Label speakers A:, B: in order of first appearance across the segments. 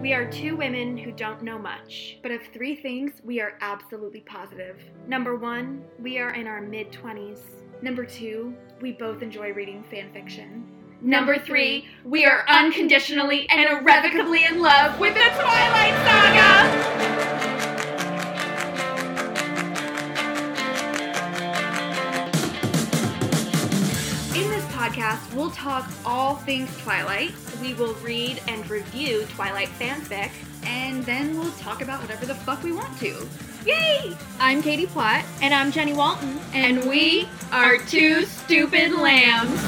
A: We are two women who don't know much, but of three things we are absolutely positive. Number one, we are in our mid 20s. Number two, we both enjoy reading fan fiction. Number three, we are unconditionally and irrevocably in love with the Twilight Saga! In this podcast, we'll talk all things Twilight. We will read and review Twilight fanfic, and then we'll talk about whatever the fuck we want to. Yay!
B: I'm Katie Platt.
C: And I'm Jenny Walton.
A: And we are two stupid lambs.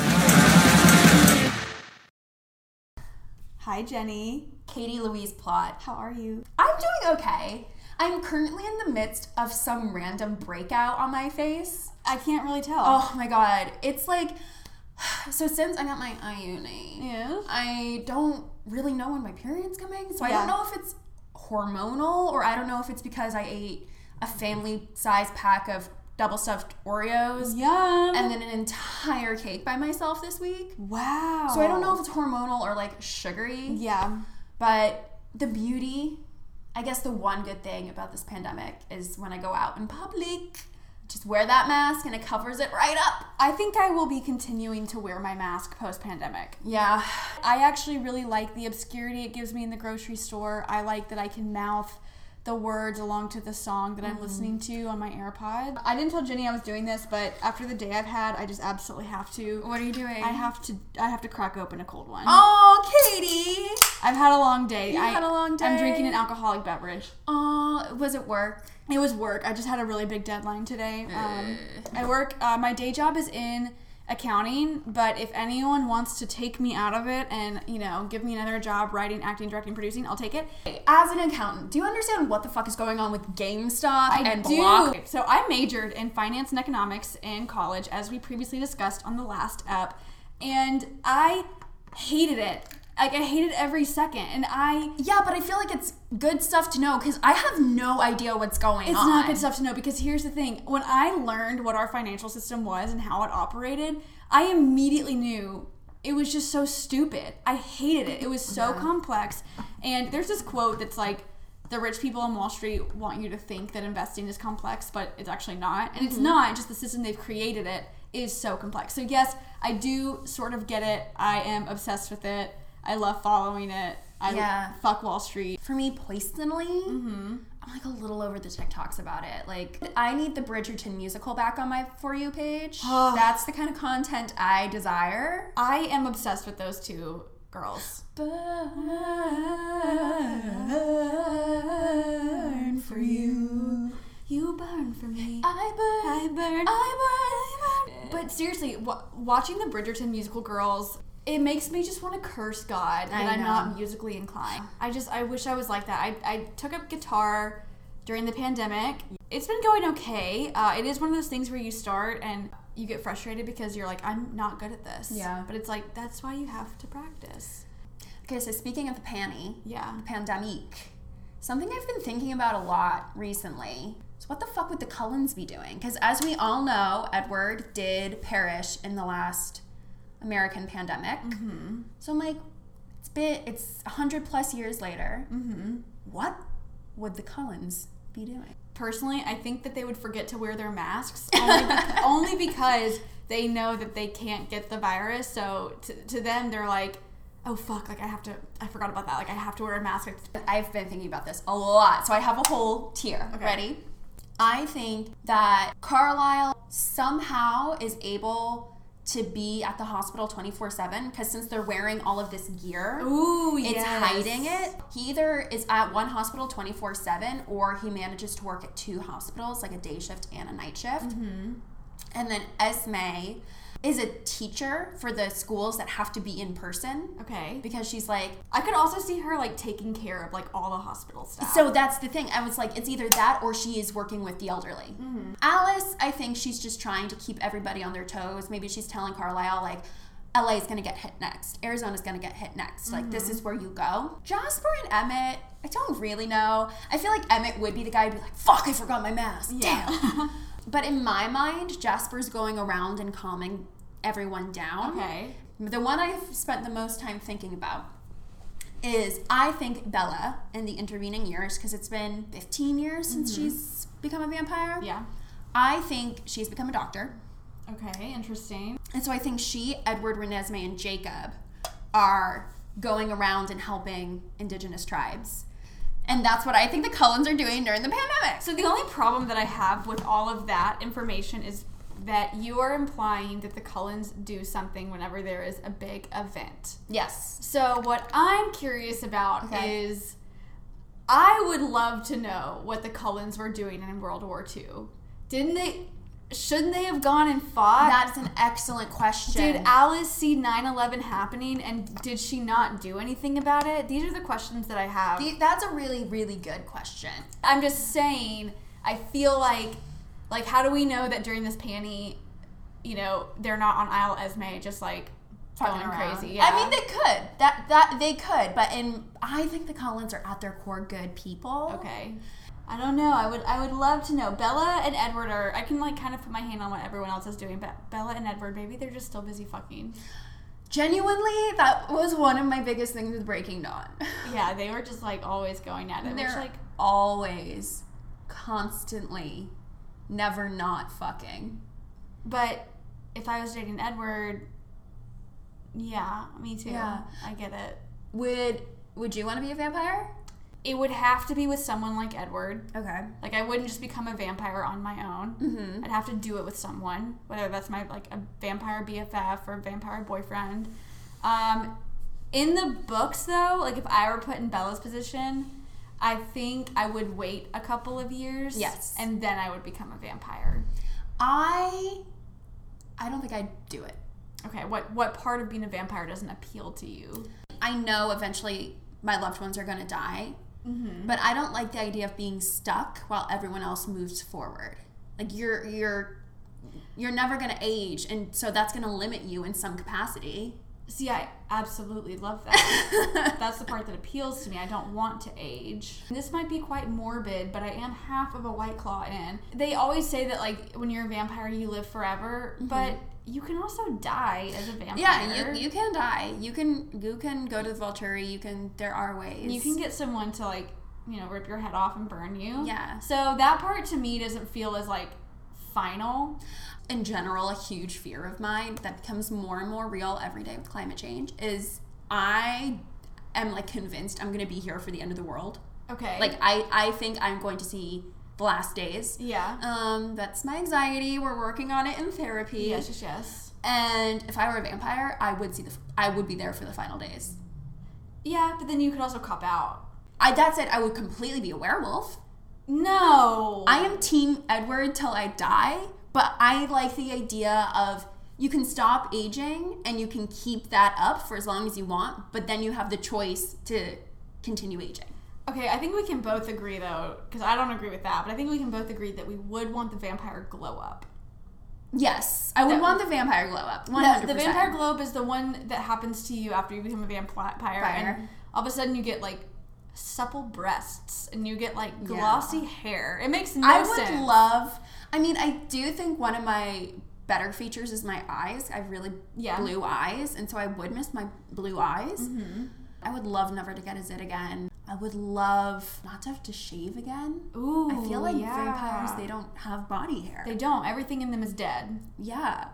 D: Hi, Jenny.
B: Katie Louise Platt.
D: How are you?
B: I'm doing okay. I'm currently in the midst of some random breakout on my face.
D: I can't really tell.
B: Oh my god. It's like, so since I got my IUD,
D: Yeah.
B: I don't really know when my period's coming. So I
D: Yeah.
B: don't know if it's hormonal or I don't know if it's because I ate a family size pack of double stuffed Oreos
D: Yum.
B: and then an entire cake by myself this week.
D: wow.
B: So I don't know if it's hormonal or like sugary.
D: Yeah.
B: But the beauty, I guess the one good thing about this pandemic is when I go out in public, just wear that mask and it covers it right up.
D: I think I will be continuing to wear my mask post pandemic.
B: Yeah.
D: I actually really like the obscurity it gives me in the grocery store. I like that I can mouth the words along to the song that I'm listening
B: Mm-hmm.
D: to on my AirPod. I didn't tell Jenny I was doing this, but after the day I've had, I just absolutely have to.
B: What are you doing?
D: I have to. I have to crack open a cold one.
B: Oh, Katie.
D: I've had a long day.
B: You've
D: I,
B: had a long
D: I'm
B: day.
D: drinking an alcoholic beverage.
B: Oh, was it work?
D: It was work. I just had a really big deadline today.
B: Eh.
D: Um, I work. Uh, my day job is in accounting, but if anyone wants to take me out of it and you know give me another job, writing, acting, directing, producing, I'll take it.
B: As an accountant, do you understand what the fuck is going on with GameStop
D: I
B: and
D: do.
B: Block?
D: So I majored in finance and economics in college, as we previously discussed on the last up, and I hated it. Like I hated every second, and I.
B: Yeah, but I feel like it's good stuff to know because I have no idea what's going
D: It's
B: on.
D: not good stuff to know because here's the thing. When I learned what our financial system was and how it operated, I immediately knew it was just so stupid. I hated it. It was so complex. And there's this quote that's like, the rich people on Wall Street want you to think that investing is complex, but it's actually not. And it's not, just the system they've created it is so complex. So, yes, I do sort of get it. I am obsessed with it. I love following it. I
B: Yeah.
D: fuck Wall Street.
B: for me personally, I'm like a little over the TikToks about it. Like, I need the Bridgerton musical back on my For You page. That's the kind of content I desire.
D: I am obsessed with those two girls.
B: Burn for you.
D: You burn for me.
B: I burn.
D: I burn.
B: I burn. I burn.
D: But seriously, w- watching the Bridgerton musical girls, it makes me just want to curse God that
B: I
D: I'm
B: know.
D: not musically inclined. I just, I wish I was like that. I, I took up guitar during the pandemic. It's been going okay. Uh, it is one of those things where you start and you get frustrated because you're like, I'm not good at this.
B: Yeah.
D: But it's like, that's why you have to practice.
B: okay, so speaking of the panty,
D: Yeah.
B: pandemic, something I've been thinking about a lot recently is what the fuck would the Cullens be doing? Because as we all know, Edward did perish in the last American pandemic. So I'm like, it's been it's hundred plus years later. What would the Cullens be doing?
D: personally, I think that they would forget to wear their masks only, bec- only because they know that they can't get the virus. So to, to them, they're like, oh fuck, like I have to, I forgot about that. Like I have to wear a mask.
B: I've been thinking about this a lot. So I have a whole tier.
D: Okay.
B: Ready? I think that Carlisle somehow is able to be at the hospital 24 7 because since they're wearing all of this gear,
D: Ooh,
B: it's hiding it. He either is at one hospital 24 7 or he manages to work at two hospitals, like a day shift and a night shift.
D: Mm-hmm.
B: And then Esme is a teacher for the schools that have to be in person
D: Okay.
B: because she's like,
D: I could also see her like taking care of like all the hospital staff.
B: So that's the thing. I was like, it's either that or she is working with the elderly.
D: Mm-hmm.
B: Alice, I think she's just trying to keep everybody on their toes. Maybe she's telling Carlisle, like, LA is gonna get hit next. Arizona's gonna get hit next. Like,
D: Mm-hmm.
B: this is where you go. Jasper and Emmett, I don't really know. I feel like Emmett would be the guy who'd be like, fuck, I forgot my mask.
D: Yeah.
B: Damn. but in my mind, Jasper's going around and calming everyone down.
D: okay.
B: The one I've spent the most time thinking about is I think Bella in the intervening years, because it's been 15 years since she's become a vampire,
D: Yeah.
B: I think she's become a doctor.
D: Okay, interesting.
B: And so I think she, Edward, Renesmee, and Jacob are going around and helping indigenous tribes. And that's what I think the Cullens are doing during the pandemic.
D: So the only problem that I have with all of that information is that you are implying that the Cullens do something whenever there is a big event.
B: yes.
D: So what I'm curious about
B: Okay.
D: is I would love to know what the Cullens were doing in World War II. Didn't they shouldn't they have gone and fought?
B: That's an excellent question.
D: Did Alice see 9/11 happening and did she not do anything about it? These are the questions that I have.
B: The- that's a really, really good question.
D: I'm just saying, I feel like, like, how do we know that during this panty, you know, they're not on Isle Esme just like going
B: Fucking around.
D: crazy? Yeah.
B: I mean, they could. That that they could, but in I think the Collins are at their core good people.
D: okay. I don't know. I would I would love to know. Bella and Edward are. I can like kind of put my hand on what everyone else is doing, but Bella and Edward, maybe they're just still busy fucking.
B: Genuinely, that was one of my biggest things with Breaking Dawn.
D: Yeah, they were just like always going at it. Which,
B: They're
D: like,
B: always, constantly, never not fucking.
D: but if I was dating Edward, yeah, me too.
B: Yeah.
D: I get it.
B: Would Would you want to be a vampire?
D: It would have to be with someone like Edward.
B: Okay.
D: Like I wouldn't just become a vampire on my own.
B: Mm-hmm.
D: I'd have to do it with someone, whether that's my like a vampire BFF or a vampire boyfriend. Um, in the books, though, like if I were put in Bella's position, I think I would wait a couple of years.
B: Yes.
D: and then I would become a vampire.
B: I I don't think I'd do it.
D: Okay, what what part of being a vampire doesn't appeal to you?
B: I know eventually my loved ones are going to die,
D: Mm-hmm.
B: but I don't like the idea of being stuck while everyone else moves forward. Like you're you're you're never going to age and so that's going to limit you in some capacity.
D: See, I absolutely love that. That's the part that appeals to me. I don't want to age. This might be quite morbid, but I am half of a white claw in. They always say that like when you're a vampire you live forever, but you can also die as a vampire.
B: Mm-hmm. yeah, you, you can die. You can you can go to the Volturi. You can there are ways.
D: You can get someone to like, you know, rip your head off and burn you.
B: yeah.
D: So that part to me doesn't feel as like final.
B: in general a huge fear of mine that becomes more and more real every day with climate change is I am like convinced I'm gonna be here for the end of the world.
D: Okay.
B: Like I, I think I'm going to see the last days.
D: yeah.
B: Um, that's my anxiety. We're working on it in therapy.
D: Yes, yes, yes.
B: And if I were a vampire, I would see the I would be there for the final days.
D: Yeah, but then you could also cop out.
B: I that said, I would completely be a werewolf.
D: No.
B: I am team Edward till I die, but I like the idea of you can stop aging and you can keep that up for as long as you want, but then you have the choice to continue aging.
D: Okay, I think we can both agree though, because I don't agree with that, but I think we can both agree that we would want the vampire glow up.
B: Yes, I would
D: No.
B: want the vampire glow up.
D: No,
B: 100%.
D: the vampire glow up is the one that happens to you after you become a vampire, and
B: Fire.
D: all of a sudden you get like supple breasts and you get like glossy hair. It makes no
B: I would
D: sense.
B: love. I mean, I do think one of my better features is my eyes. I have really
D: Yeah.
B: blue eyes, and so I would miss my blue eyes.
D: Mm-hmm.
B: I would love never to get a zit again. I would love not to have to shave again.
D: Ooh,
B: I feel like
D: yeah.
B: vampires, they don't have body hair.
D: They don't. Everything in them is dead
B: yeah.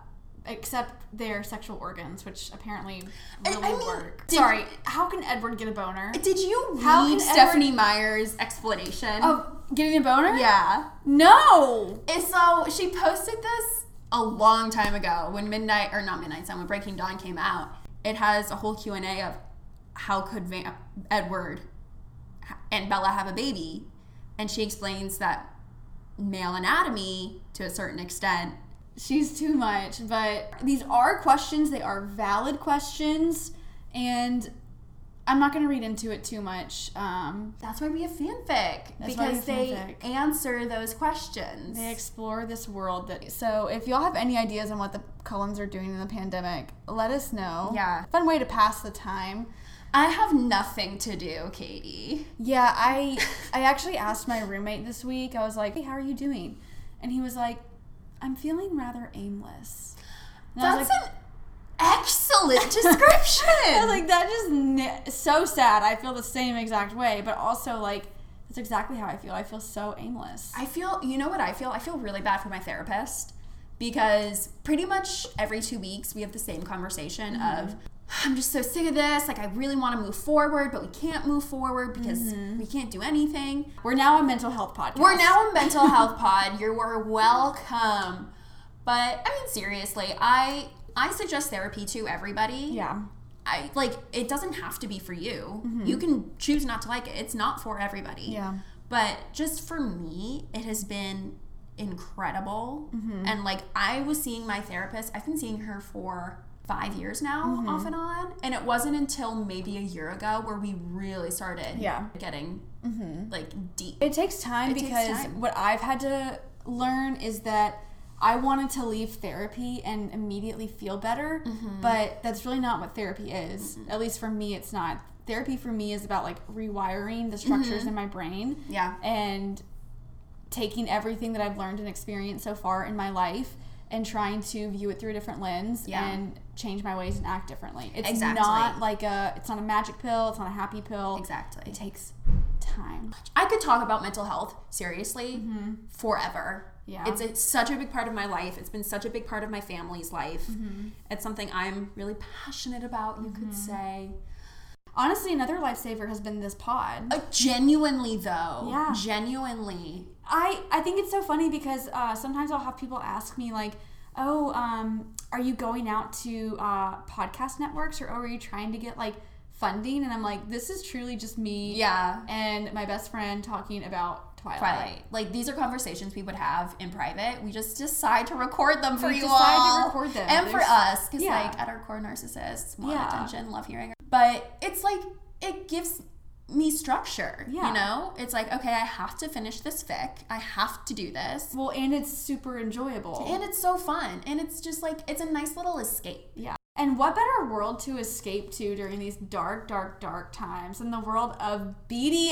D: except their sexual organs, which apparently
B: I-
D: really
B: I mean,
D: work.
B: did-
D: Sorry, how can Edward get a boner?
B: Did you read
D: How can
B: Stephanie Meyer's explanation?
D: Oh, getting a boner?
B: yeah.
D: No.
B: And so she posted this a long time ago when Midnight or not Midnight Sun when Breaking Dawn came out. It has a whole Q and A of how could Van- Edward and Bella have a baby, and she explains that male anatomy to a certain extent.
D: she's too much but these are questions they are valid questions and i'm not going to read into it too much um,
B: That's why we have fanfic
D: That's why we
B: because
D: have
B: they
D: fanfic.
B: answer those questions.
D: they explore this world that so if y'all have any ideas on what the cullens are doing in the pandemic let us know
B: Yeah.
D: fun way to pass the time
B: I have nothing to do, Katie.
D: yeah i i actually asked my roommate this week i was like hey how are you doing and he was like i'm feeling rather aimless and I was
B: That's
D: like,
B: an excellent description.
D: I was like, that just ni- so sad. I feel the same exact way, but also like that's exactly how I feel. I feel so aimless.
B: I feel, you know what I feel? I feel really bad for my therapist because pretty much every two weeks we have the same conversation of, I'm just so sick of this. Like, I really want to move forward, but we can't move forward because we can't do anything.
D: We're now a mental health podcast.
B: We're now a mental health pod. You're we're welcome. But I mean, seriously, I I suggest therapy to everybody.
D: yeah.
B: I like it doesn't have to be for you. You can choose not to like it. It's not for everybody.
D: Mm-hmm. Yeah.
B: But just for me, it has been incredible.
D: Mm-hmm.
B: And like I was seeing my therapist, I've been seeing her for five years now,
D: Mm-hmm.
B: off and on. And it wasn't until maybe a year ago where we really started
D: Yeah. Mm-hmm.
B: getting like deep.
D: It takes time
B: takes
D: because
B: time.
D: what I've had to learn is that I wanted to leave therapy and immediately feel better,
B: Mm-hmm.
D: but that's really not what therapy is. At least for me, it's not. Therapy for me is about like rewiring the structures in my brain
B: Mm-hmm. Yeah.
D: and taking everything that I've learned and experienced so far in my life and trying to view it through a different lens
B: Yeah.
D: and change my ways and act differently. It's
B: Exactly.
D: not like a it's not a magic pill, it's not a happy pill.
B: Exactly.
D: It takes time.
B: I could talk about mental health seriously forever.
D: Mm-hmm. Yeah.
B: It's, it's such a big part of my life. It's been such a big part of my family's life.
D: Mm-hmm.
B: It's something I'm really passionate about, you could say.
D: Honestly, another lifesaver has been this pod.
B: Uh, genuinely, though.
D: Yeah.
B: Genuinely.
D: I, I think it's so funny because uh, sometimes I'll have people ask me, like, oh, um, are you going out to uh, podcast networks or oh, are you trying to get like funding? And I'm like, this is truly just me
B: Yeah.
D: and my best friend talking about Twilight.
B: Twilight. Like, these are conversations we would have in private. We just decide to record them for
D: We
B: you
D: decide to
B: all.
D: record them.
B: And for
D: There's-
B: us, because,
D: Yeah.
B: like, at our core, narcissists want
D: Yeah.
B: attention, love hearing. her. But it's like, it gives me structure.
D: Yeah.
B: You know? It's like, okay, I have to finish this fic, I have to do this.
D: Well, and it's super enjoyable.
B: And it's so fun. And it's just like, it's a nice little escape.
D: yeah. And what better world to escape to during these dark, dark, dark times than the world of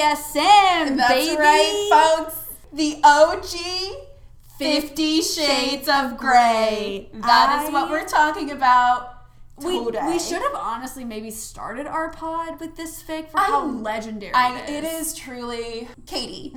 D: BDSM, baby?
B: folks. The OG Fifty Shades of Grey. That is
D: I-
B: what we're talking about.
D: We,
B: today.
D: we should have honestly maybe started our pod with this fic for
B: I-
D: how legendary
B: I,
D: it is.
B: it is truly Katie.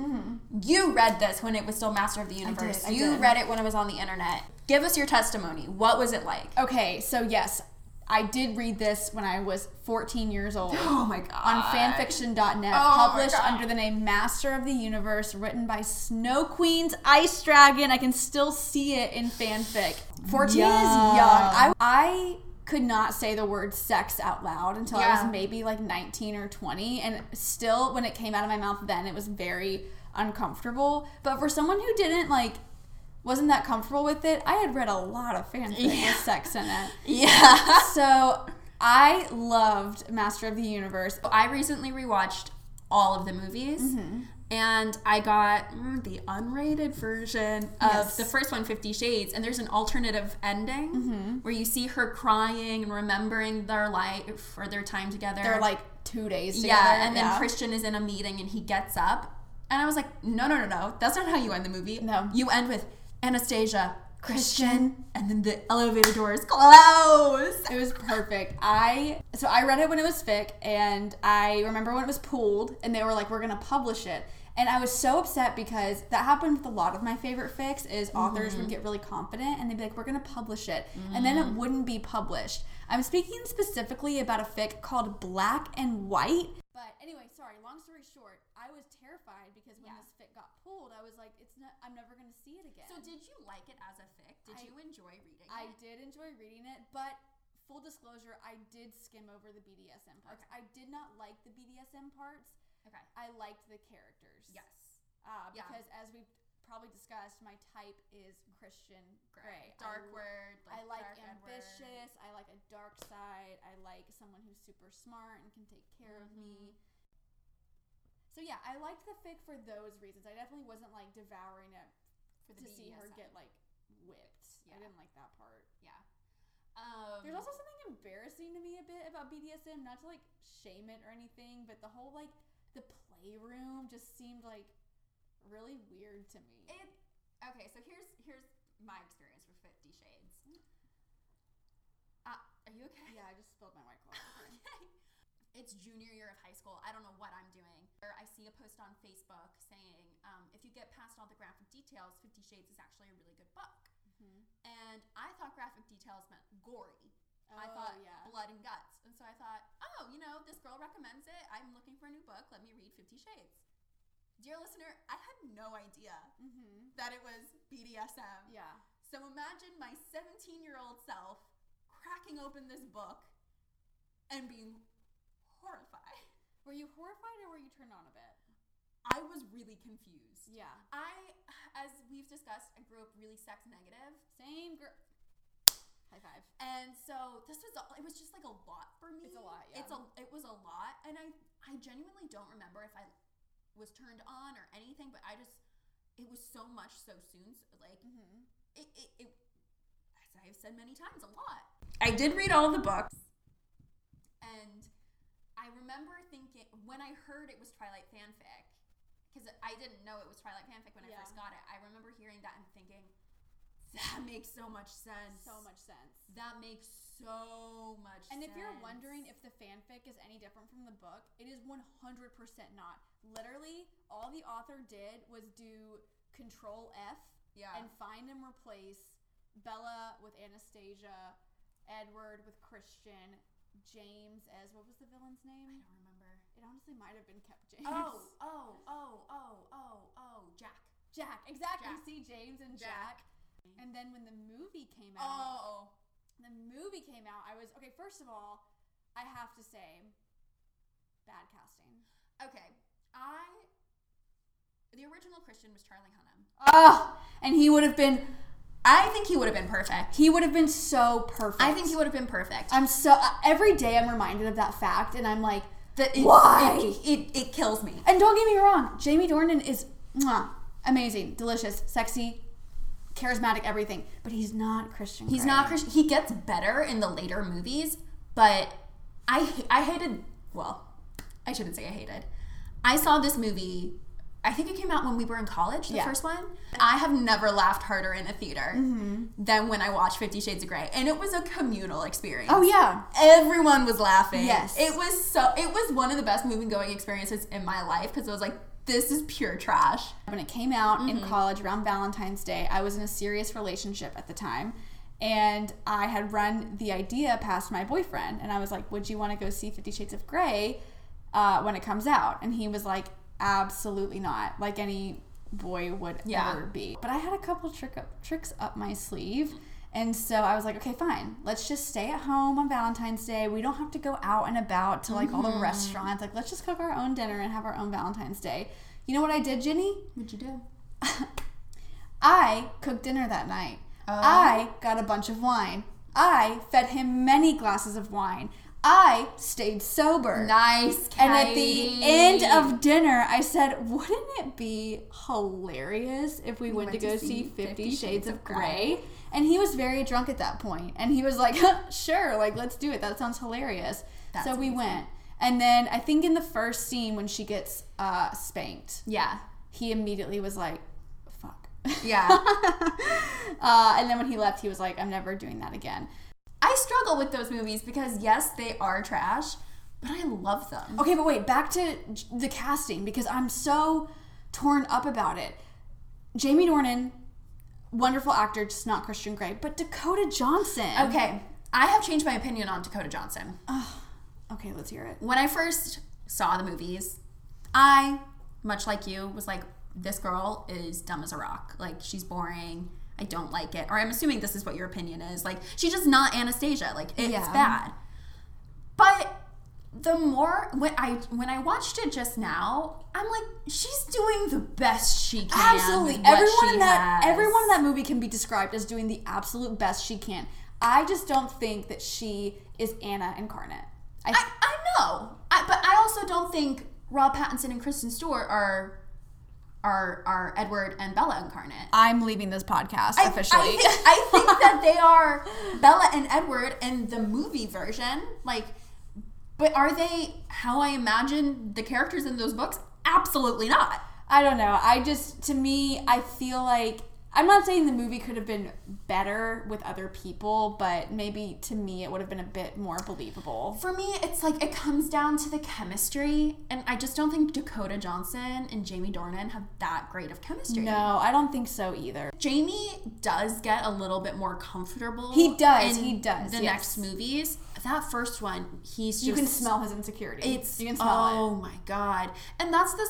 B: You read this when it was still Master of the Universe.
D: Mm-hmm. I
B: you
D: did.
B: read it when it was on the internet. Give us your testimony. What was it like?
D: Okay, so yes, I did read this when I was 14 years old.
B: Oh my god. Oh
D: on fanfiction.net,
B: my
D: published
B: God.
D: under the name Master of the Universe, written by Snow Queen's Ice Dragon. I can still see it in fanfic. 14 is young.
B: Uh,
D: I, I could not say the word sex out loud until I
B: Yeah.
D: was maybe like 19 or 20. And still, when it came out of my mouth then, it was very uncomfortable. But for someone who didn't like, wasn't that comfortable with it, I had read a lot of fanfic with sex in it
B: Yeah.
D: so I loved Master of the Universe. oh,
B: I recently rewatched all of the movies.
D: Mm-hmm.
B: And I got mm, the unrated version of
D: Yes.
B: the first one, Fifty Shades, and there's an alternative ending
D: Mm-hmm.
B: where you see her crying and remembering their life or their time together.
D: They're like two days together.
B: yeah, and then Christian is in a meeting and he gets up, and I was like, no, no, no, no, that's not how you end the movie.
D: No.
B: you end with Anastasia, Christian, and then the elevator doors close.
D: it was perfect. I so I read it when it was fic, and I remember when it was pooled, and they were like, "We're gonna publish it." And I was so upset because that happened with a lot of my favorite fics. Is authors would
B: Mm-hmm.
D: get really confident and they'd be like, "We're gonna publish it," and then it
B: Mm.
D: wouldn't be published. I'm speaking specifically about a fic called Black and White. But anyway, sorry. Long story short, I was terrified because when this fic got pulled, I was like, "It's not. I'm never gonna see it again."
B: So did you like it as a fic? Did you enjoy reading?
D: I
B: it?
D: did enjoy reading it, but full disclosure, I did skim over the BDSM parts. I did not like the BDSM parts.
B: okay.
D: I liked the characters. Uh,
B: Yeah.
D: because as we've probably discussed, my type is Christian Grey. I
B: Dark
D: li-
B: word.
D: I like
B: dark N word.
D: ambitious. I like a dark side. I like someone who's super smart and can take care of me.
B: Mm-hmm.
D: So yeah, I liked the fic for those reasons. I definitely wasn't like devouring it
B: For
D: to see her
B: BDSM.
D: get like whipped. I
B: Yeah.
D: didn't like that part.
B: Yeah. Um,
D: There's also something embarrassing to me a bit about BDSM, not to like shame it or anything, but the whole like the playroom just seemed like really weird to me.
B: It, okay, so here's here's my experience with Fifty Shades. Uh, you okay?
D: Mm. Yeah, I just spilled my white claw.
B: Okay. It's junior year of high school. I don't know what I'm doing. Or I see a post on Facebook saying, um, if you get past all the graphic details, Fifty Shades is actually a really good book.
D: Mm-hmm.
B: And I thought graphic details meant gory.
D: Oh,
B: I thought
D: yeah.
B: blood and guts. And so I thought, oh, you know, this girl recommends it. I'm looking for a new book. Let me read Fifty Shades. Dear listener, I had no idea that it was BDSM.
D: Mm-hmm. Yeah.
B: So imagine my 17 year old self cracking open this book and being horrified.
D: were you horrified or were you turned on a bit?
B: I was really confused.
D: Yeah.
B: I, as we've discussed, I grew up really sex negative,
D: Same girl. High five.
B: and so this was all- it was just like a lot for me.
D: It's a lot, yeah.
B: It's a it was a lot, and I I genuinely don't remember if I was turned on or anything, but I just it was so much so soon, so like
D: Mm-hmm.
B: it, it it as I have said many times, a lot.
D: I did read all the books.
B: And I remember thinking when I heard it was Twilight fanfic, because I didn't know it was Twilight fanfic when I
D: Yeah.
B: first got it. I remember hearing that and thinking, that makes so much sense.
D: So much sense.
B: That makes so much
D: And
B: sense.
D: if you're wondering if the fanfic is any different from the book, it is 100% not. Literally, all the author did was do control F
B: Yeah.
D: and find and replace Bella with Anastasia, Edward with Christian, James as what was the villain's
B: I
D: name?
B: don't remember.
D: It honestly might have been kept James.
B: Oh, oh, oh, oh, oh, oh, Jack.
D: Jack. Exactly.
B: Jack.
D: See James and
B: Jack.
D: Jack. And then when the movie came out,
B: Oh.
D: the movie came out, I was okay. First of all, I have to say, bad casting.
B: oh. Okay. I. The original Christian was Charlie Hunnam.
D: Oh, and he would have been.
B: I think he would have been perfect.
D: He would have been so perfect.
B: I think he would have been perfect.
D: I'm so uh, every day I'm reminded of that fact, and I'm like,
B: That it,
D: Why?
B: It, it, it kills me.
D: and don't get me wrong, Jamie Dornan is mwah, amazing, delicious, sexy, charismatic, everything, but he's not Christian.
B: He's
D: Grey.
B: not Christian. He gets better in the later movies, but I I hated. Well, I shouldn't say I hated. I saw this movie. I think it came out when we were in college, the
D: Yeah.
B: first one. I have never laughed harder in a theater
D: Mm-hmm.
B: than when I watched Fifty Shades of Grey, and it was a communal experience.
D: Oh yeah,
B: Everyone was laughing.
D: Yes.
B: It was so it was one of the best movie going experiences in my life because I was like, this is pure trash.
D: when it came out in college around Valentine's Day, I was in a serious relationship at the time. And I had run the idea past my boyfriend. And I was like, Would you want to go see Fifty Shades of Grey uh, when it comes out? And he was like, Absolutely not. Like any boy would
B: Yeah.
D: ever be. But I had a couple trick up, tricks up my sleeve. And so I was like, okay, fine. Let's just stay at home on Valentine's Day. We don't have to go out and about to like all the restaurants. Like, let's just cook our own dinner and have our own Valentine's Day. You know what I did, Ginny?
B: What'd you do?
D: I cooked dinner that night. I got a bunch of wine. I fed him many glasses of wine. I stayed sober.
B: Nice.
D: and at the
B: Katie.
D: end of dinner, I said, wouldn't it be hilarious if we, went, to go see Fifty Shades, of Grey? And he was very drunk at that point, And he was like, sure, like, let's do it. That sounds hilarious.
B: That's
D: so we went. And then I think in the first scene when she gets uh, spanked,
B: yeah.
D: he immediately was like, fuck.
B: Yeah.
D: Uh, and then when he left, he was like, I'm never doing that again.
B: I struggle with those movies because yes, they are trash, but I love them.
D: Okay, but wait, back to j- the casting because I'm so torn up about it. Jamie Dornan, wonderful actor, just not Christian Grey, but Dakota Johnson.
B: Okay, I have changed my opinion on Dakota Johnson.
D: Okay, let's hear it.
B: When I first saw the movies, I, much like you, was like, this girl is dumb as a rock. Like, she's boring. I don't like it. Or I'm assuming this is what your opinion is. Like, she's just not Anastasia. Like, it's
D: Yeah.
B: bad. But the more when I when I watched it just now, I'm like, she's doing the best she can.
D: Absolutely.
B: with what
D: Everyone
B: she
D: in that
B: has.
D: everyone in that movie can be described as doing the absolute best she can. I just don't think that she is Anna incarnate. I,
B: I, I know, I, but I also don't think Rob Pattinson and Kristen Stewart are are are Edward and Bella incarnate.
D: I'm leaving this podcast
B: I think, I think that they are Bella and Edward in the movie version. Like, but are they how I imagine the characters in those books? Absolutely not.
D: I don't know. I just, to me, I feel like I'm not saying the movie could have been better with other people, but maybe to me it would have been a bit more believable.
B: For me, it's like it comes down to the chemistry, and I just don't think Dakota Johnson and Jamie Dornan have that great of chemistry.
D: No, I don't think so either.
B: Jamie does get a little bit more comfortable.
D: He does, he does, yes.
B: The next movies, that first one, he's just
D: You can smell his insecurity.
B: It's
D: you can smell
B: oh
D: it.
B: my god, and that's the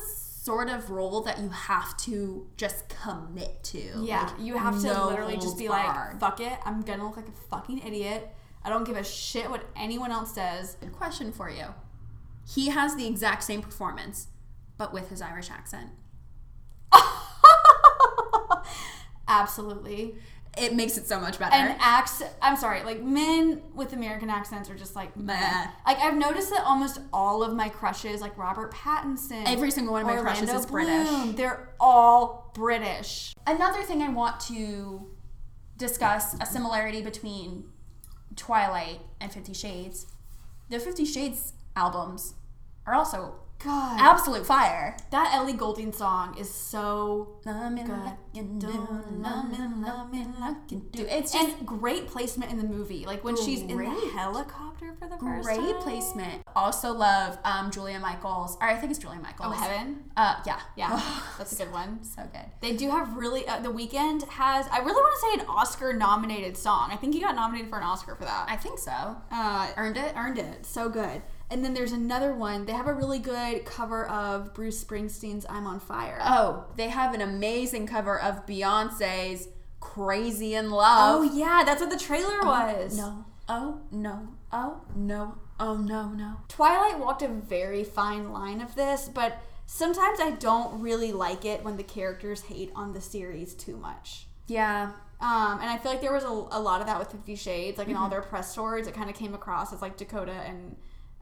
B: sort of role that you have to just commit to.
D: Yeah,
B: Like,
D: you have to
B: no
D: literally just
B: holds
D: be like,
B: barred.
D: fuck it, I'm gonna look like a fucking idiot. I don't give a shit what anyone else says.
B: Question for you: He has the exact same performance, but with his Irish accent.
D: Absolutely.
B: It makes it so much better.
D: And accent, I'm sorry, like men with American accents are just like meh.
B: Meh.
D: Like I've noticed that almost all of my crushes, like Robert Pattinson,
B: Every single one of my crushes is British.
D: They're all British.
B: Another thing I want to discuss a similarity between Twilight and Fifty Shades. The Fifty Shades albums are also
D: God,
B: absolute fire.
D: that Ellie Goulding song is so
B: I'm in
D: God.
B: love, you know, I'm in love, and I can do it. It's just
D: and great placement in the movie. Like when she's in the
B: Great.
D: helicopter for the first
B: great
D: time.
B: placement. Also love um, Julia Michaels, or I think it's Julia Michaels.
D: Oh heaven,
B: Uh, yeah,
D: yeah, that's a good one.
B: so good.
D: They do have really. Uh, the weekend has. I really want to say an Oscar-nominated song. I think he got nominated for an Oscar for that.
B: I think so.
D: uh,
B: Earned it.
D: earned it. So good. And then there's another one. They have a really good cover of Bruce Springsteen's "I'm on Fire."
B: Oh, they have an amazing cover of Beyonce's "Crazy in Love."
D: Oh, yeah, that's what the trailer was.
B: no, oh no, oh no, oh no, no.
D: Twilight walked a very fine line of this, but sometimes I don't really like it when the characters hate on the series too much.
B: Yeah,
D: Um, and I feel like there was a, a lot of that with Fifty Shades, like in
B: Mm-hmm.
D: all their press tours, it kind of came across as like Dakota and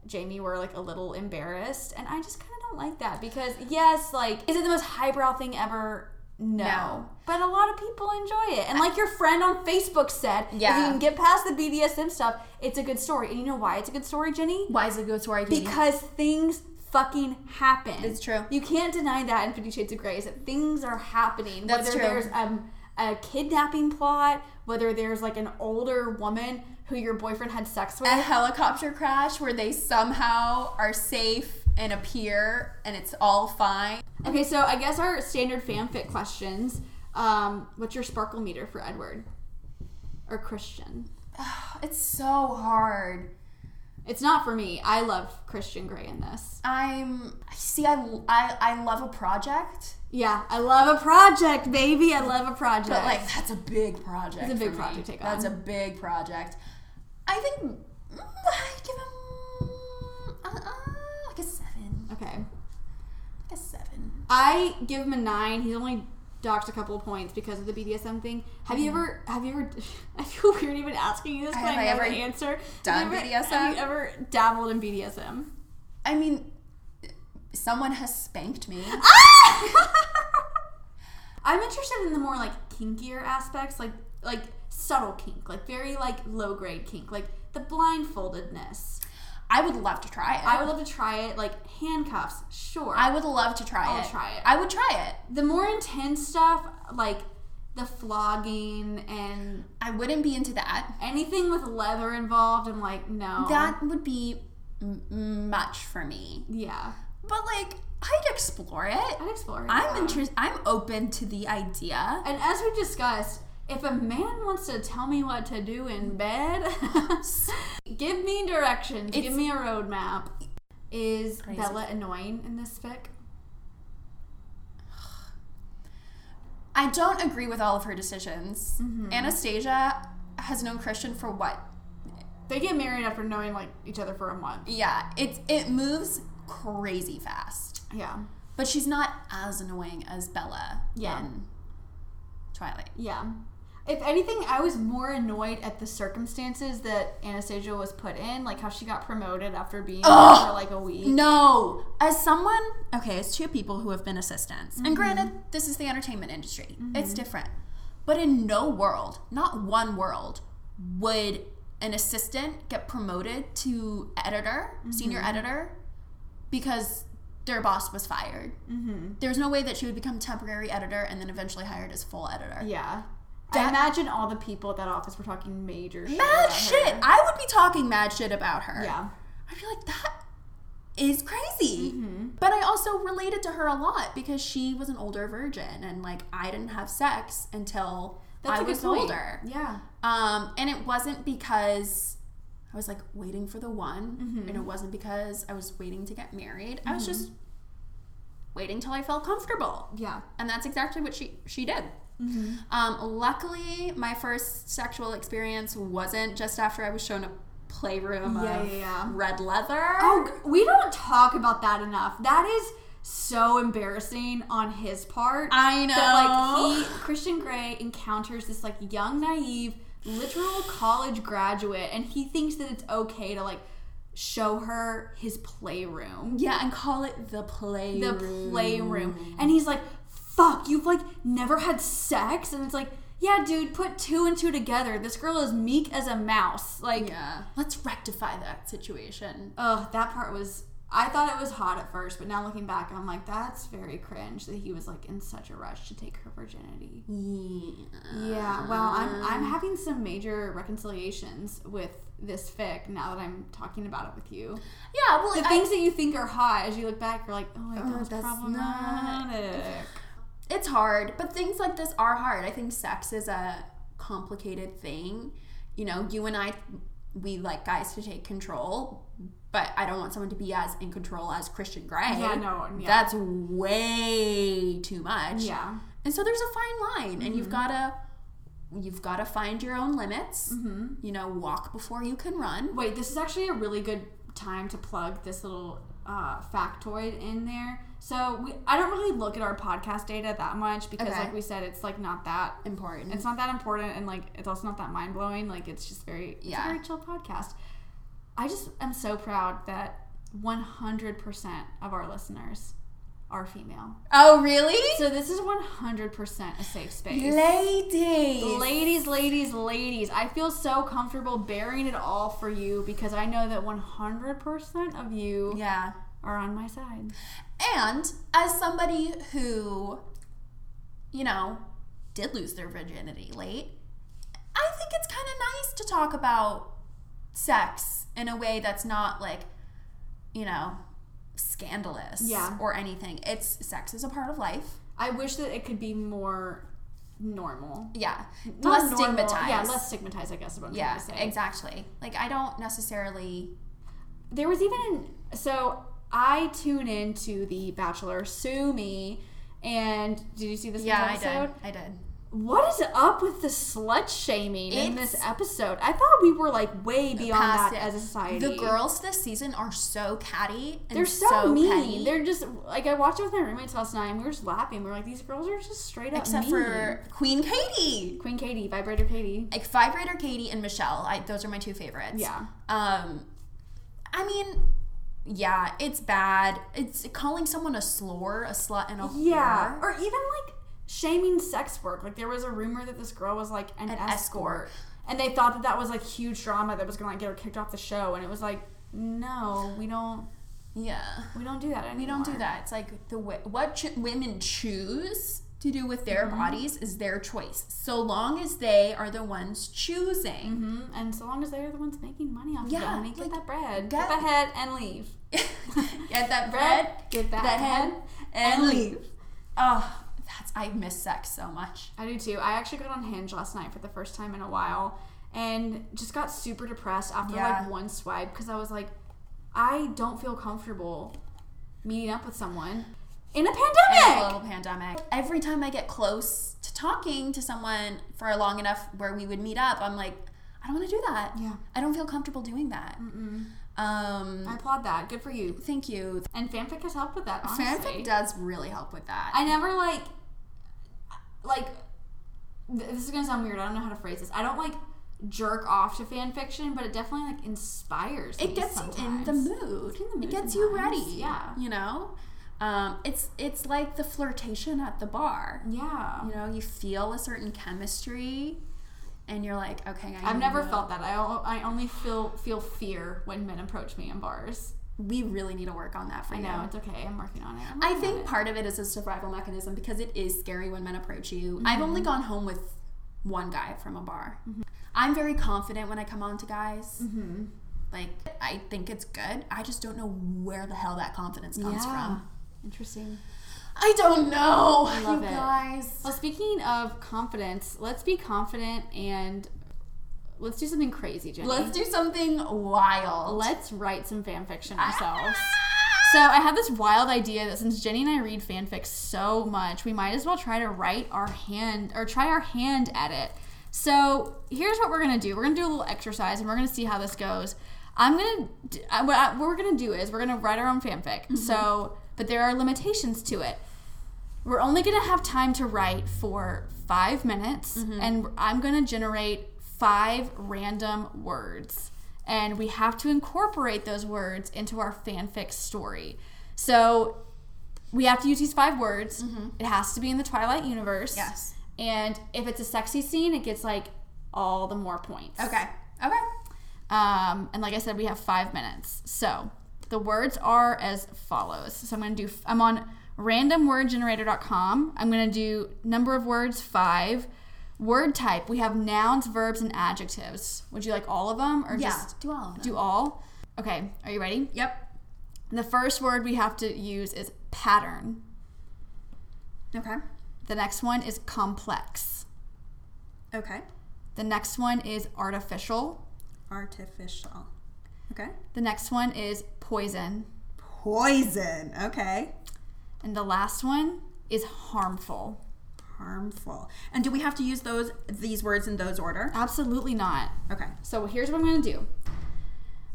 D: Jamie were like a little embarrassed, and I just kind of don't like that because yes, like is it the most highbrow thing ever? No.
B: No.
D: but a lot of people enjoy it, and like your friend on Facebook said, if you
B: Yeah.
D: can get past the BDSM stuff, it's a good story. And you know why it's a good story, Jenny?
B: why is it a good story? Katie?
D: Because things fucking happen.
B: It's true.
D: You can't deny that in Fifty Shades of Grey is that things are happening.
B: That's
D: whether
B: true.
D: there's um, a kidnapping plot, whether there's like an older woman who your boyfriend had sex with.
B: a helicopter crash where they somehow are safe and appear and it's all fine.
D: okay, so I guess our standard fanfic questions. Um, what's your sparkle meter for Edward? Or Christian?
B: It's so hard.
D: It's not for me. I love Christian Grey in this.
B: I'm see I I, I love a project,
D: Yeah, I love a project, baby. I love a project.
B: but like that's a big project.
D: It's a big
B: for me.
D: project to take on.
B: That's a big project. I think mm, I'd give him uh, uh, like a 7.
D: okay.
B: Like a 7.
D: I give him a nine. He's only docked a couple of points because of the BDSM thing. Have you ever? Have you ever? I feel weird even asking you this, but
B: Mm. Have
D: I
B: I
D: never
B: ever
D: answer.
B: done
D: have you ever,
B: BDSM?
D: Have you ever dabbled in BDSM?
B: I mean someone has spanked me.
D: I'm interested in the more like kinkier aspects, like like subtle kink, like very like low grade kink, like the blindfoldedness.
B: I would love to try it.
D: I would love to try it, like handcuffs, sure.
B: I would love to try
D: I'll
B: it.
D: try it.
B: I would try it.
D: the more intense stuff, like the flogging and
B: I wouldn't be into that.
D: anything with leather involved, I'm like, no.
B: That would be m- much for me.
D: Yeah,
B: But like, I'd explore it.
D: I'd explore. it,
B: I'm
D: yeah.
B: interested. I'm open to the idea.
D: And as we discussed, if a man wants to tell me what to do in bed, give me directions. give
B: It's-
D: me a roadmap. Is
B: Crazy.
D: Bella annoying in this fic?
B: I don't agree with all of her decisions.
D: Mm-hmm.
B: Anastasia has known Christian for what?
D: They get married after knowing like each other for a month.
B: Yeah, it it moves crazy fast.
D: Yeah,
B: But she's not as annoying as Bella
D: Yeah.
B: in Twilight.
D: yeah. If anything, I was more annoyed at the circumstances that Anastasia was put in, like how she got promoted after being there for like a week.
B: No, as someone, okay, as two people who have been assistants, and granted, this is the entertainment industry, it's different. But in no world, not one world, would an assistant get promoted to editor, senior editor, because their boss was fired. Mm-hmm. There was no way that she would become temporary editor and then eventually hired as full editor.
D: Yeah.
B: That-
D: I imagine all the people at that office were talking major shit.
B: Mad
D: about her.
B: shit. I would be talking mad shit about her.
D: Yeah.
B: I'd be like, that is crazy.
D: Mm-hmm.
B: But I also related to her a lot because she was an older virgin and like I didn't have sex until
D: That's
B: I
D: a good
B: was
D: point.
B: older.
D: Yeah.
B: Um, and it wasn't because I was like waiting for the one,
D: Mm-hmm.
B: and it wasn't because I was waiting to get married. I was just waiting till I felt comfortable
D: Yeah.
B: and that's exactly what she she did. Um, luckily, my first sexual experience wasn't just after I was shown a playroom
D: Yeah,
B: of
D: yeah, yeah.
B: red leather.
D: Oh, g- we don't talk about that enough. That is so embarrassing on his part.
B: I
D: That
B: know.
D: like he Christian Grey encounters this like young, naive, literal college graduate, and he thinks that it's okay to like show her his playroom,
B: yeah, and call it the playroom.
D: the playroom, and he's like, "Fuck, you've like never had sex," and it's like. Yeah, dude, put two and two together. This girl is meek as a mouse. Like,
B: yeah, let's rectify that situation.
D: Oh, that part was. I thought it was hot at first, but now looking back, I'm like, that's very cringe that he was like in such a rush to take her virginity.
B: Yeah.
D: Yeah. Well, I'm I'm having some major reconciliations with this fic now that I'm talking about it with you.
B: Yeah. Well,
D: The
B: I-
D: things that you think are hot, as you look back, you're like, oh, wait,
B: Oh,
D: that was
B: that's not-
D: problematic.
B: it's hard, but things like this are hard. I think sex is a complicated thing. You know, you and I, we like guys to take control, but I don't want someone to be as in control as Christian Grey.
D: Yeah, no, yeah.
B: that's way too much.
D: Yeah.
B: and so there's a fine line, and you've gotta, you've gotta find your own limits. You know, walk before you can run.
D: Wait, this is actually a really good time to plug this little uh, factoid in there. So we, I don't really look at our podcast data that much because,
B: Okay.
D: like we said, it's like not that
B: Important.
D: it's not that important and like it's also not that mind blowing. Like it's just very it's
B: Yeah.
D: a very chill podcast. I just am so proud that 100% of our listeners are female.
B: oh, really?
D: So this is 100% a safe space.
B: Ladies.
D: Ladies, ladies, ladies, I feel so comfortable bearing it all for you because I know that 100% of you
B: yeah.
D: are on my side.
B: And as somebody who, you know, did lose their virginity late, I think it's kind of nice to talk about sex in a way that's not like, you know, scandalous
D: Yeah.
B: or anything. It's sex is a part of life.
D: I wish that it could be more normal.
B: Yeah.
D: Not
B: less
D: normal-
B: stigmatized.
D: Yeah, less stigmatized, I guess is what I'm
B: Yeah,
D: trying to say.
B: exactly. Like I don't necessarily
D: there was even an, so I tune into The Bachelor, Sue Me, and did you see this
B: Yeah, I
D: week's episode?
B: did. I did.
D: What is up with the slut shaming in
B: It's-
D: this episode? I thought we were like way beyond
B: Past
D: that
B: it.
D: as a society.
B: The girls this season are so catty and
D: They're so, mean.
B: petty.
D: They're just like I watched it with my roommates last night, and we were just laughing. We were like, these girls are just straight up
B: except
D: mean.
B: for Queen Katie.
D: Queen Katie, Vibrator Katie.
B: Like Vibrator Katie and Michelle. I, those are my two favorites.
D: Yeah.
B: Um, I mean, yeah, it's bad. It's calling someone a slur, a slut, and a
D: Yeah,
B: whore.
D: or even like shaming sex work. Like there was a rumor that this girl was like an, escort.
B: escort.
D: and they thought that that was like huge drama that was gonna like get her kicked off the show. And it was like, no, we don't,
B: Yeah.
D: we don't do that anymore.
B: We don't do that. It's like the way, what cho- women choose to do with their
D: Mm-hmm.
B: bodies is their choice, so long as they are the ones choosing.
D: Mhm, And so long as they are the ones making money off
B: Yeah,
D: of it, honey, get
B: like,
D: that bread, get
B: get-
D: that head, and leave.
B: get that bread,
D: get that,
B: that
D: head.
B: head, and leave. Oh, that's I miss sex so much.
D: I do too. I actually got on Hinge last night for the first time in a while and just got super depressed after
B: Yeah.
D: like one swipe because I was like, I don't feel comfortable meeting up with someone in a
B: It's a
D: pandemic.
B: little pandemic. Every time I get close to talking to someone for long enough where we would meet up, I'm like, I don't want to do that.
D: Yeah.
B: I don't feel comfortable doing that.
D: I
B: Um,
D: applaud that. Good for you.
B: thank you.
D: And fanfic has helped with that, honestly.
B: Fanfic does really help with that.
D: I never like, like, th- this is gonna sound weird. I don't know how to phrase this. I don't like jerk off to fan fiction, but it definitely like inspires.
B: it
D: me
B: gets you in the
D: sometimes.
B: mood.
D: Gets you in the mood
B: It gets you
D: sometimes.
B: ready.
D: Yeah.
B: You know, um, it's it's like the flirtation at the bar.
D: Yeah.
B: you know you feel a certain chemistry and you're like okay I
D: I've never
B: know.
D: felt that. I, o- I only feel feel fear when men approach me in bars.
B: we really need to work on that for
D: I
B: you.
D: know it's okay. I'm working on it. I'm
B: I
D: working on
B: think
D: it.
B: part of it is a survival mechanism because it is scary when men approach you. I've only gone home with one guy from a bar. I'm very confident when I come on to guys. Like, I think it's good. I just don't know where the hell that confidence comes
D: Yeah.
B: from.
D: Interesting.
B: I don't know,
D: love
B: you
D: it.
B: guys.
D: Well, speaking of confidence, let's be confident and let's do something crazy, Jenny.
B: Let's do something wild.
D: Let's write some fan fiction ourselves. So I had this wild idea that since Jenny and I read fanfic so much, we might as well try to write our hand or try our hand at it. So here's what we're gonna do. We're gonna do a little exercise, and we're gonna see how this goes. I'm gonna d- I- what, I- what we're gonna do is we're gonna write our own fanfic. So, but there are limitations to it. We're only gonna have time to write for five minutes, and I'm gonna generate five random words, and we have to incorporate those words into our fanfic story. So we have to use these five words. It has to be in the Twilight universe.
B: Yes.
D: And if it's a sexy scene, it gets like all the more points.
B: Okay. Okay.
D: Um, and like I said, we have five minutes. So the words are as follows. So I'm going to do, I'm on randomwordgenerator.com. I'm going to do number of words five. Word type, we have nouns, verbs, and adjectives. Would you like all of them or
B: Yeah.
D: just
B: do all of them.
D: do all? Okay, are you ready?
B: yep.
D: The first word we have to use is pattern.
B: Okay.
D: The next one is complex.
B: Okay.
D: The next one is artificial.
B: Artificial. Okay.
D: The next one is poison.
B: Poison. Okay.
D: And the last one is harmful.
B: harmful. And do we have to use those these words in those order?
D: Absolutely not.
B: Okay.
D: So here's what I'm going to do.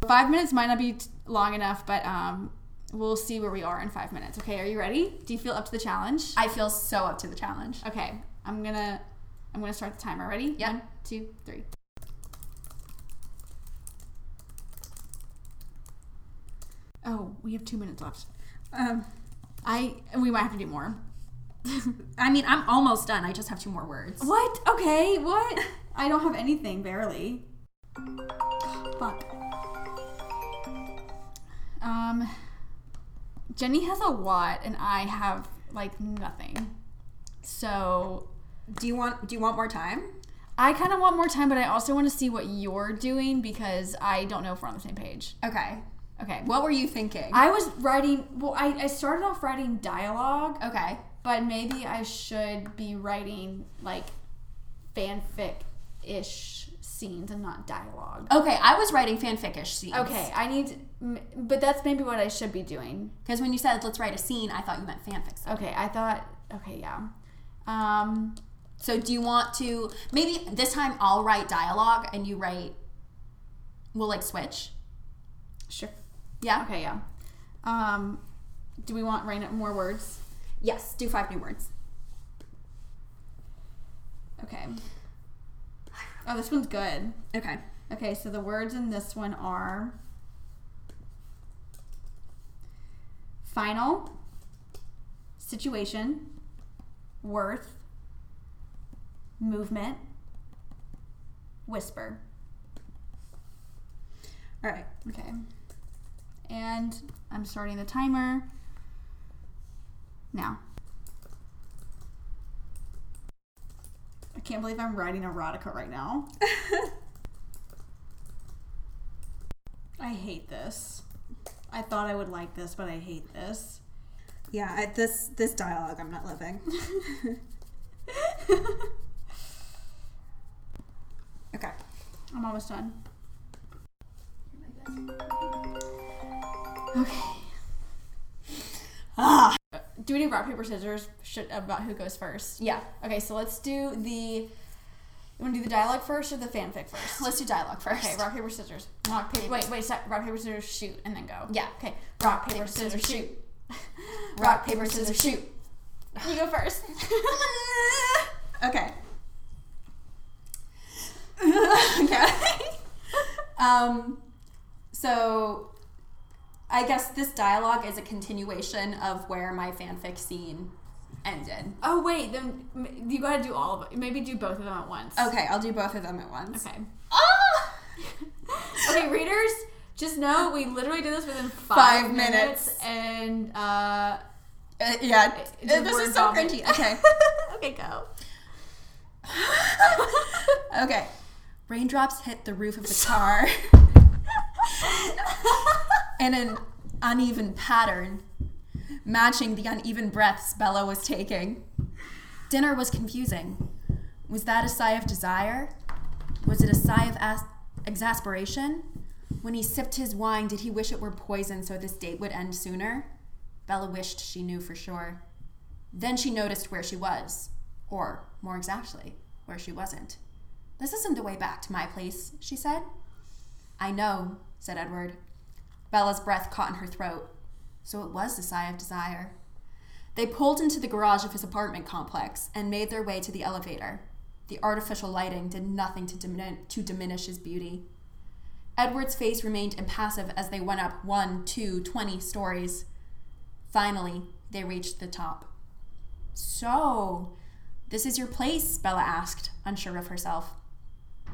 D: Five minutes might not be t- long enough, but um, we'll see where we are in five minutes. Okay, are you ready? Do you feel up to the challenge?
B: I feel so up to the challenge.
D: Okay, I'm gonna I'm gonna start the timer. Ready?
B: Yep.
D: One, two, three. Oh, we have two minutes left.
B: Um,
D: I we might have to do more.
B: I mean, I'm almost done. I just have two more words.
D: What? Okay, what?
B: I don't have anything barely.
D: Fuck. Um, Jenny has a lot, and I have like nothing. So
B: Do you want do you want more time?
D: I kind of want more time, but I also want to see what you're doing because I don't know if we're on the same page.
B: Okay.
D: Okay.
B: What were you thinking?
D: I was writing. Well, I, I started off writing dialogue,
B: okay.
D: but maybe I should be writing like fanfic ish scenes and not dialogue.
B: Okay, I was writing fanficish scenes.
D: Okay, I need, m- but that's maybe what I should be doing.
B: Because when you said let's write a scene, I thought you meant fanfic.
D: Okay, I thought. Okay, yeah. Um,
B: So do you want to maybe this time I'll write dialogue and you write we'll like switch?
D: sure.
B: Yeah?
D: Okay, yeah. Um, do we want rain more words?
B: Yes, do five new words.
D: Okay. Oh, this one's good.
B: Okay.
D: Okay, so the words in this one are final, situation, worth, movement, whisper.
B: All right.
D: Okay. And I'm starting the timer now. I can't believe I'm writing erotica right now. I hate this. I thought I would like this, but I hate this.
C: Yeah, I, this this dialogue I'm not loving. okay.
D: I'm almost done. Okay.
C: Ah.
D: Do we do rock paper scissors should, about who goes first?
B: Yeah.
D: Okay, so let's do the. You want to do the dialogue first or the fanfic first?
B: Let's do dialogue first.
D: Okay, rock paper scissors. Rock paper. Wait, wait. Stop. Rock paper scissors shoot and then go.
B: Yeah.
D: Okay. Rock paper scissors shoot. Rock paper scissors shoot. You go first.
C: Okay. okay.
B: um, so I guess this dialogue is a continuation of where my fanfic scene ended.
D: oh wait, then m- you gotta do all of it. Maybe do both of them
B: Oh.
D: at once.
C: Okay, I'll do both of them at once.
D: Okay.
B: Oh!
D: Okay, readers, Just know we literally did this within five,
C: Five
D: minutes.
C: minutes.
D: and uh,
C: Uh, yeah,
D: It's a
C: this
D: word
C: is so
D: vomit.
C: cringy. Okay,
D: okay, go.
C: okay. Raindrops hit the roof of the car in an uneven pattern, matching the uneven breaths Bella was taking. Dinner was confusing. Was that a sigh of desire? Was it a sigh of as- exasperation? When he sipped his wine, did he wish it were poison so this date would end sooner? Bella wished she knew for sure. Then she noticed where she was, or more exactly, where she wasn't. This isn't the way back to my place, she said. I know, said Edward. Bella's breath caught in her throat. So it was a sigh of desire. They pulled into the garage of his apartment complex and made their way to the elevator. The artificial lighting did nothing to, dimin- to diminish his beauty. Edward's face remained impassive as they went up one, two, twenty stories. Finally, they reached the top. So, this is your place? Bella asked, unsure of herself.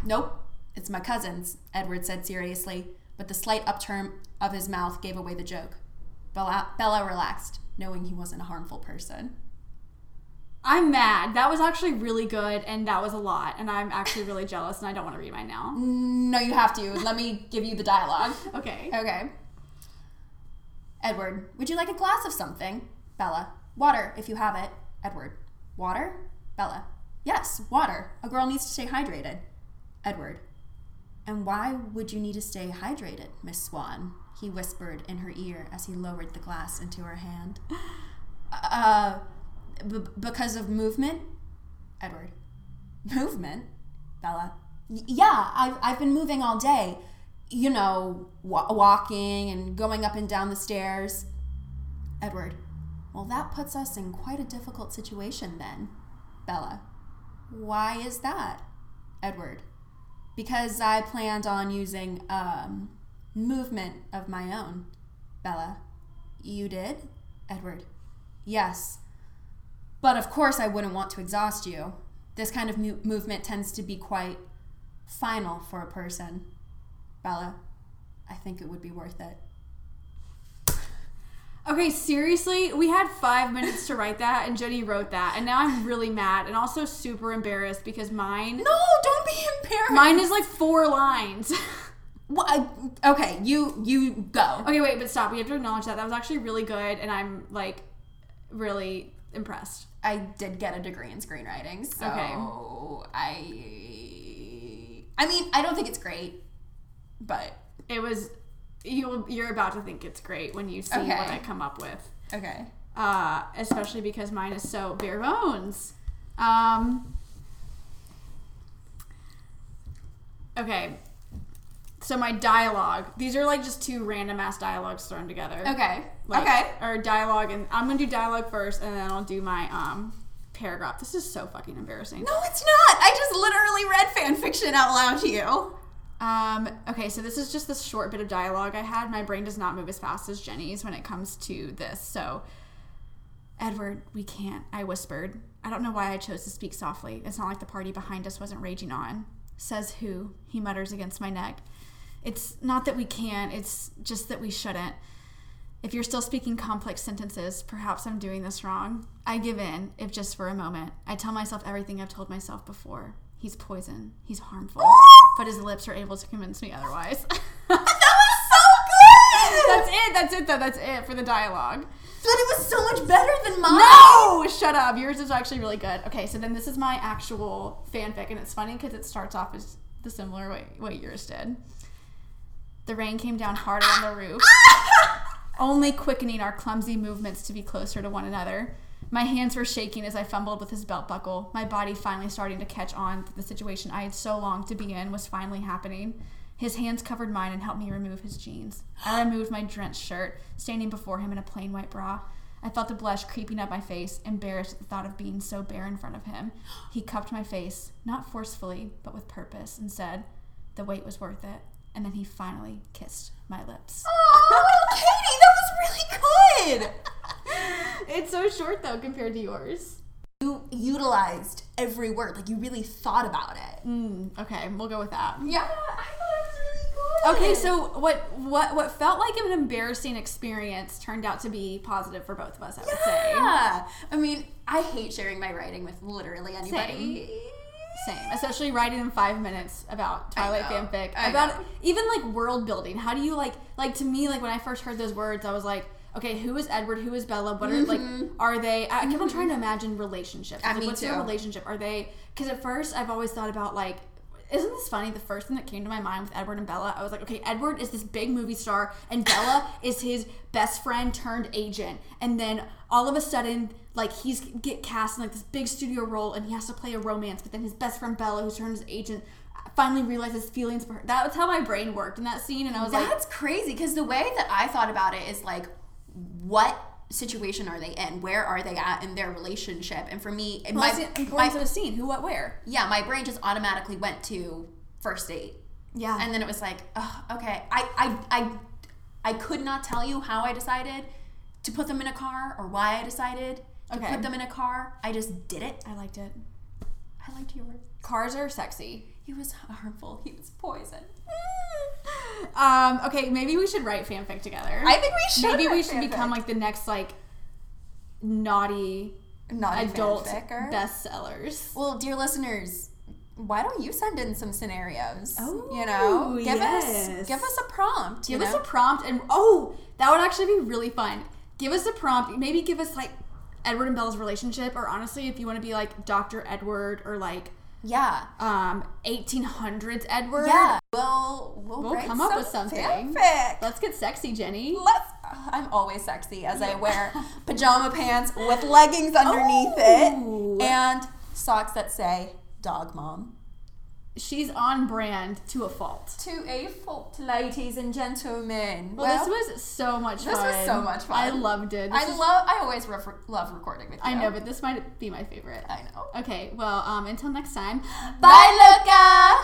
C: Nope, it's my cousin's, Edward said seriously, but the slight upturn of his mouth gave away the joke. Bella, Bella relaxed, knowing he wasn't a harmful person.
D: I'm mad. That was actually really good, and that was a lot. And I'm actually really jealous, and I don't want to read mine
B: Mm-hmm.
D: now.
C: No, you have to. Let me give you the dialogue.
D: Okay.
C: Okay.
B: Edward, would you like a glass of something? Bella, water if you have it. Edward, water? Bella, yes, water. A girl needs to stay hydrated. Edward, and why would you need to stay hydrated, Miss Swan? He whispered in her ear as he lowered the glass into her hand. Uh, b- because of movement? Edward, movement? Bella, "Y- yeah, I've, I've been moving all day. You know, wa- walking and going up and down the stairs. Edward, well, that puts us in quite a difficult situation then. Bella, why is that? Edward, because I planned on using um, movement of my own. Bella, you did? Edward, yes. But of course, I wouldn't want to exhaust you. This kind of mu- movement tends to be quite final for a person. Bella, I think it would be worth it.
D: Okay, seriously, we had five minutes to write that, and Jenny wrote that, and now I'm really mad and also super embarrassed because mine
B: No, don't be embarrassed.
D: mine is like four lines.
B: Wha- I- okay, you you go.
D: okay, wait, but stop. We have to acknowledge that that was actually really good, and I'm like really impressed.
B: I did get a degree in screenwriting, so
D: Okay.
B: I I mean, I don't think it's great, but
D: It was you. You're about to think it's great when you see
B: Okay.
D: what I come up with.
B: okay.
D: uh, especially because mine is so bare bones. Um, okay, so my dialogue. These are like just two random ass dialogues thrown together.
B: Okay.
D: Like,
B: okay.
D: Or dialogue, and I'm gonna do dialogue first, and then I'll do my um paragraph. This is so fucking embarrassing.
B: No, it's not. I just literally read fan fiction out loud to you.
D: Um, okay, so this is just this short bit of dialogue I had. My brain does not move as fast as Jenny's when it comes to this. So, Edward, we can't, I whispered. I don't know why I chose to speak softly. It's not like the party behind us wasn't raging on. Says who? He mutters against my neck. It's not that we can't, it's just that we shouldn't. If you're still speaking complex sentences, perhaps I'm doing this wrong. I give in, if just for a moment. I tell myself everything I've told myself before. He's poison. He's harmful. but his lips are able to convince me otherwise. that's it. That's it, though. That's it for the dialogue.
B: But it was so much better than mine.
D: No! Shut up. Yours is actually really good. Okay, so then this is my actual fanfic, and it's funny because it starts off as the similar way what yours did. The rain came down harder on the roof, only quickening our clumsy movements to be closer to one another. My hands were shaking as I fumbled with his belt buckle, my body finally starting to catch on that the situation I had so longed to be in was finally happening. His hands covered mine and helped me remove his jeans. I removed my drenched shirt, standing before him in a plain white bra. I felt the blush creeping up my face, embarrassed at the thought of being so bare in front of him. He cupped my face, not forcefully, but with purpose, and said, The wait was worth it. And then he finally kissed my lips.
B: Oh, Katie, that was really good.
D: It's so short, though, compared to yours.
B: You utilized every word, like you really thought about it.
D: Mm, okay, we'll go with that.
B: Yeah, I thought it was really good.
D: Okay, so what what what felt like an embarrassing experience turned out to be positive for both of us, I would say.
B: Yeah. I mean, I hate sharing my writing with literally anybody.
D: Same, especially writing in five minutes about Twilight
B: know,
D: fanfic,
B: I
D: about
B: know.
D: even like world building. How do you like like to me like when I first heard those words, I was like, okay, who is Edward? Who is Bella? What are like are they? I kept on trying to imagine relationships. I was like,
B: Mm-hmm. me
D: what's their
B: too.
D: relationship? Are they? Because at first I've always thought about like. Isn't this funny? The first thing that came to my mind with Edward and Bella, I was like, okay, Edward is this big movie star, and Bella is his best friend turned agent. And then all of a sudden, like he's get cast in like this big studio role, and he has to play a romance. But then his best friend Bella, who turned his agent, finally realizes feelings for her. That was how my brain worked in that scene, and I was like,
B: That's crazy because the way that I thought about it is like, what situation are they in? Where are they at in their relationship? And for me, it
D: Well,
B: my,
D: that's the
B: my-
D: importance of a scene. Who, what, where?
B: yeah, my brain just automatically went to first date.
D: Yeah.
B: And then it was like, oh, okay, I, I, I, I could not tell you how I decided to put them in a car or why I decided to
D: Okay.
B: put them in a car. I just did it.
D: I liked it.
B: I liked yours.
D: Cars are sexy.
B: He was harmful. He was poison.
D: Um, okay, maybe we should write fanfic together.
B: I think we should.
D: maybe we
B: write
D: should
B: fanfic.
D: become like the next like naughty
B: not
D: adult
B: fanficker.
D: bestsellers.
B: Well, dear listeners, why don't you send in some scenarios?
D: Oh,
B: you know, give
D: yes.
B: us give us a prompt. you
D: Give us
B: know?
D: a prompt and oh, that would actually be really fun. Give us a prompt. Maybe give us like Edward and Bella's relationship, or honestly, if you want to be like Doctor Edward or like
B: yeah,
D: um 1800s Edward.
B: yeah. We'll we'll,
D: We'll
B: write
D: come up
B: some
D: with something.
B: Fanfic.
D: Let's get sexy, Jenny.
B: Let's. I'm always sexy as I wear pajama pants with leggings underneath it and socks that say "Dog Mom."
D: She's on brand to a fault.
B: To a fault, ladies and gentlemen.
D: Well, this was so much
B: this
D: fun.
B: was so much fun.
D: I loved it. This
B: I
D: is-
B: love. I always ref- love recording with you.
D: I know, but this might be my favorite.
B: I know.
D: Okay, well, um, until next time.
B: Bye, Luca.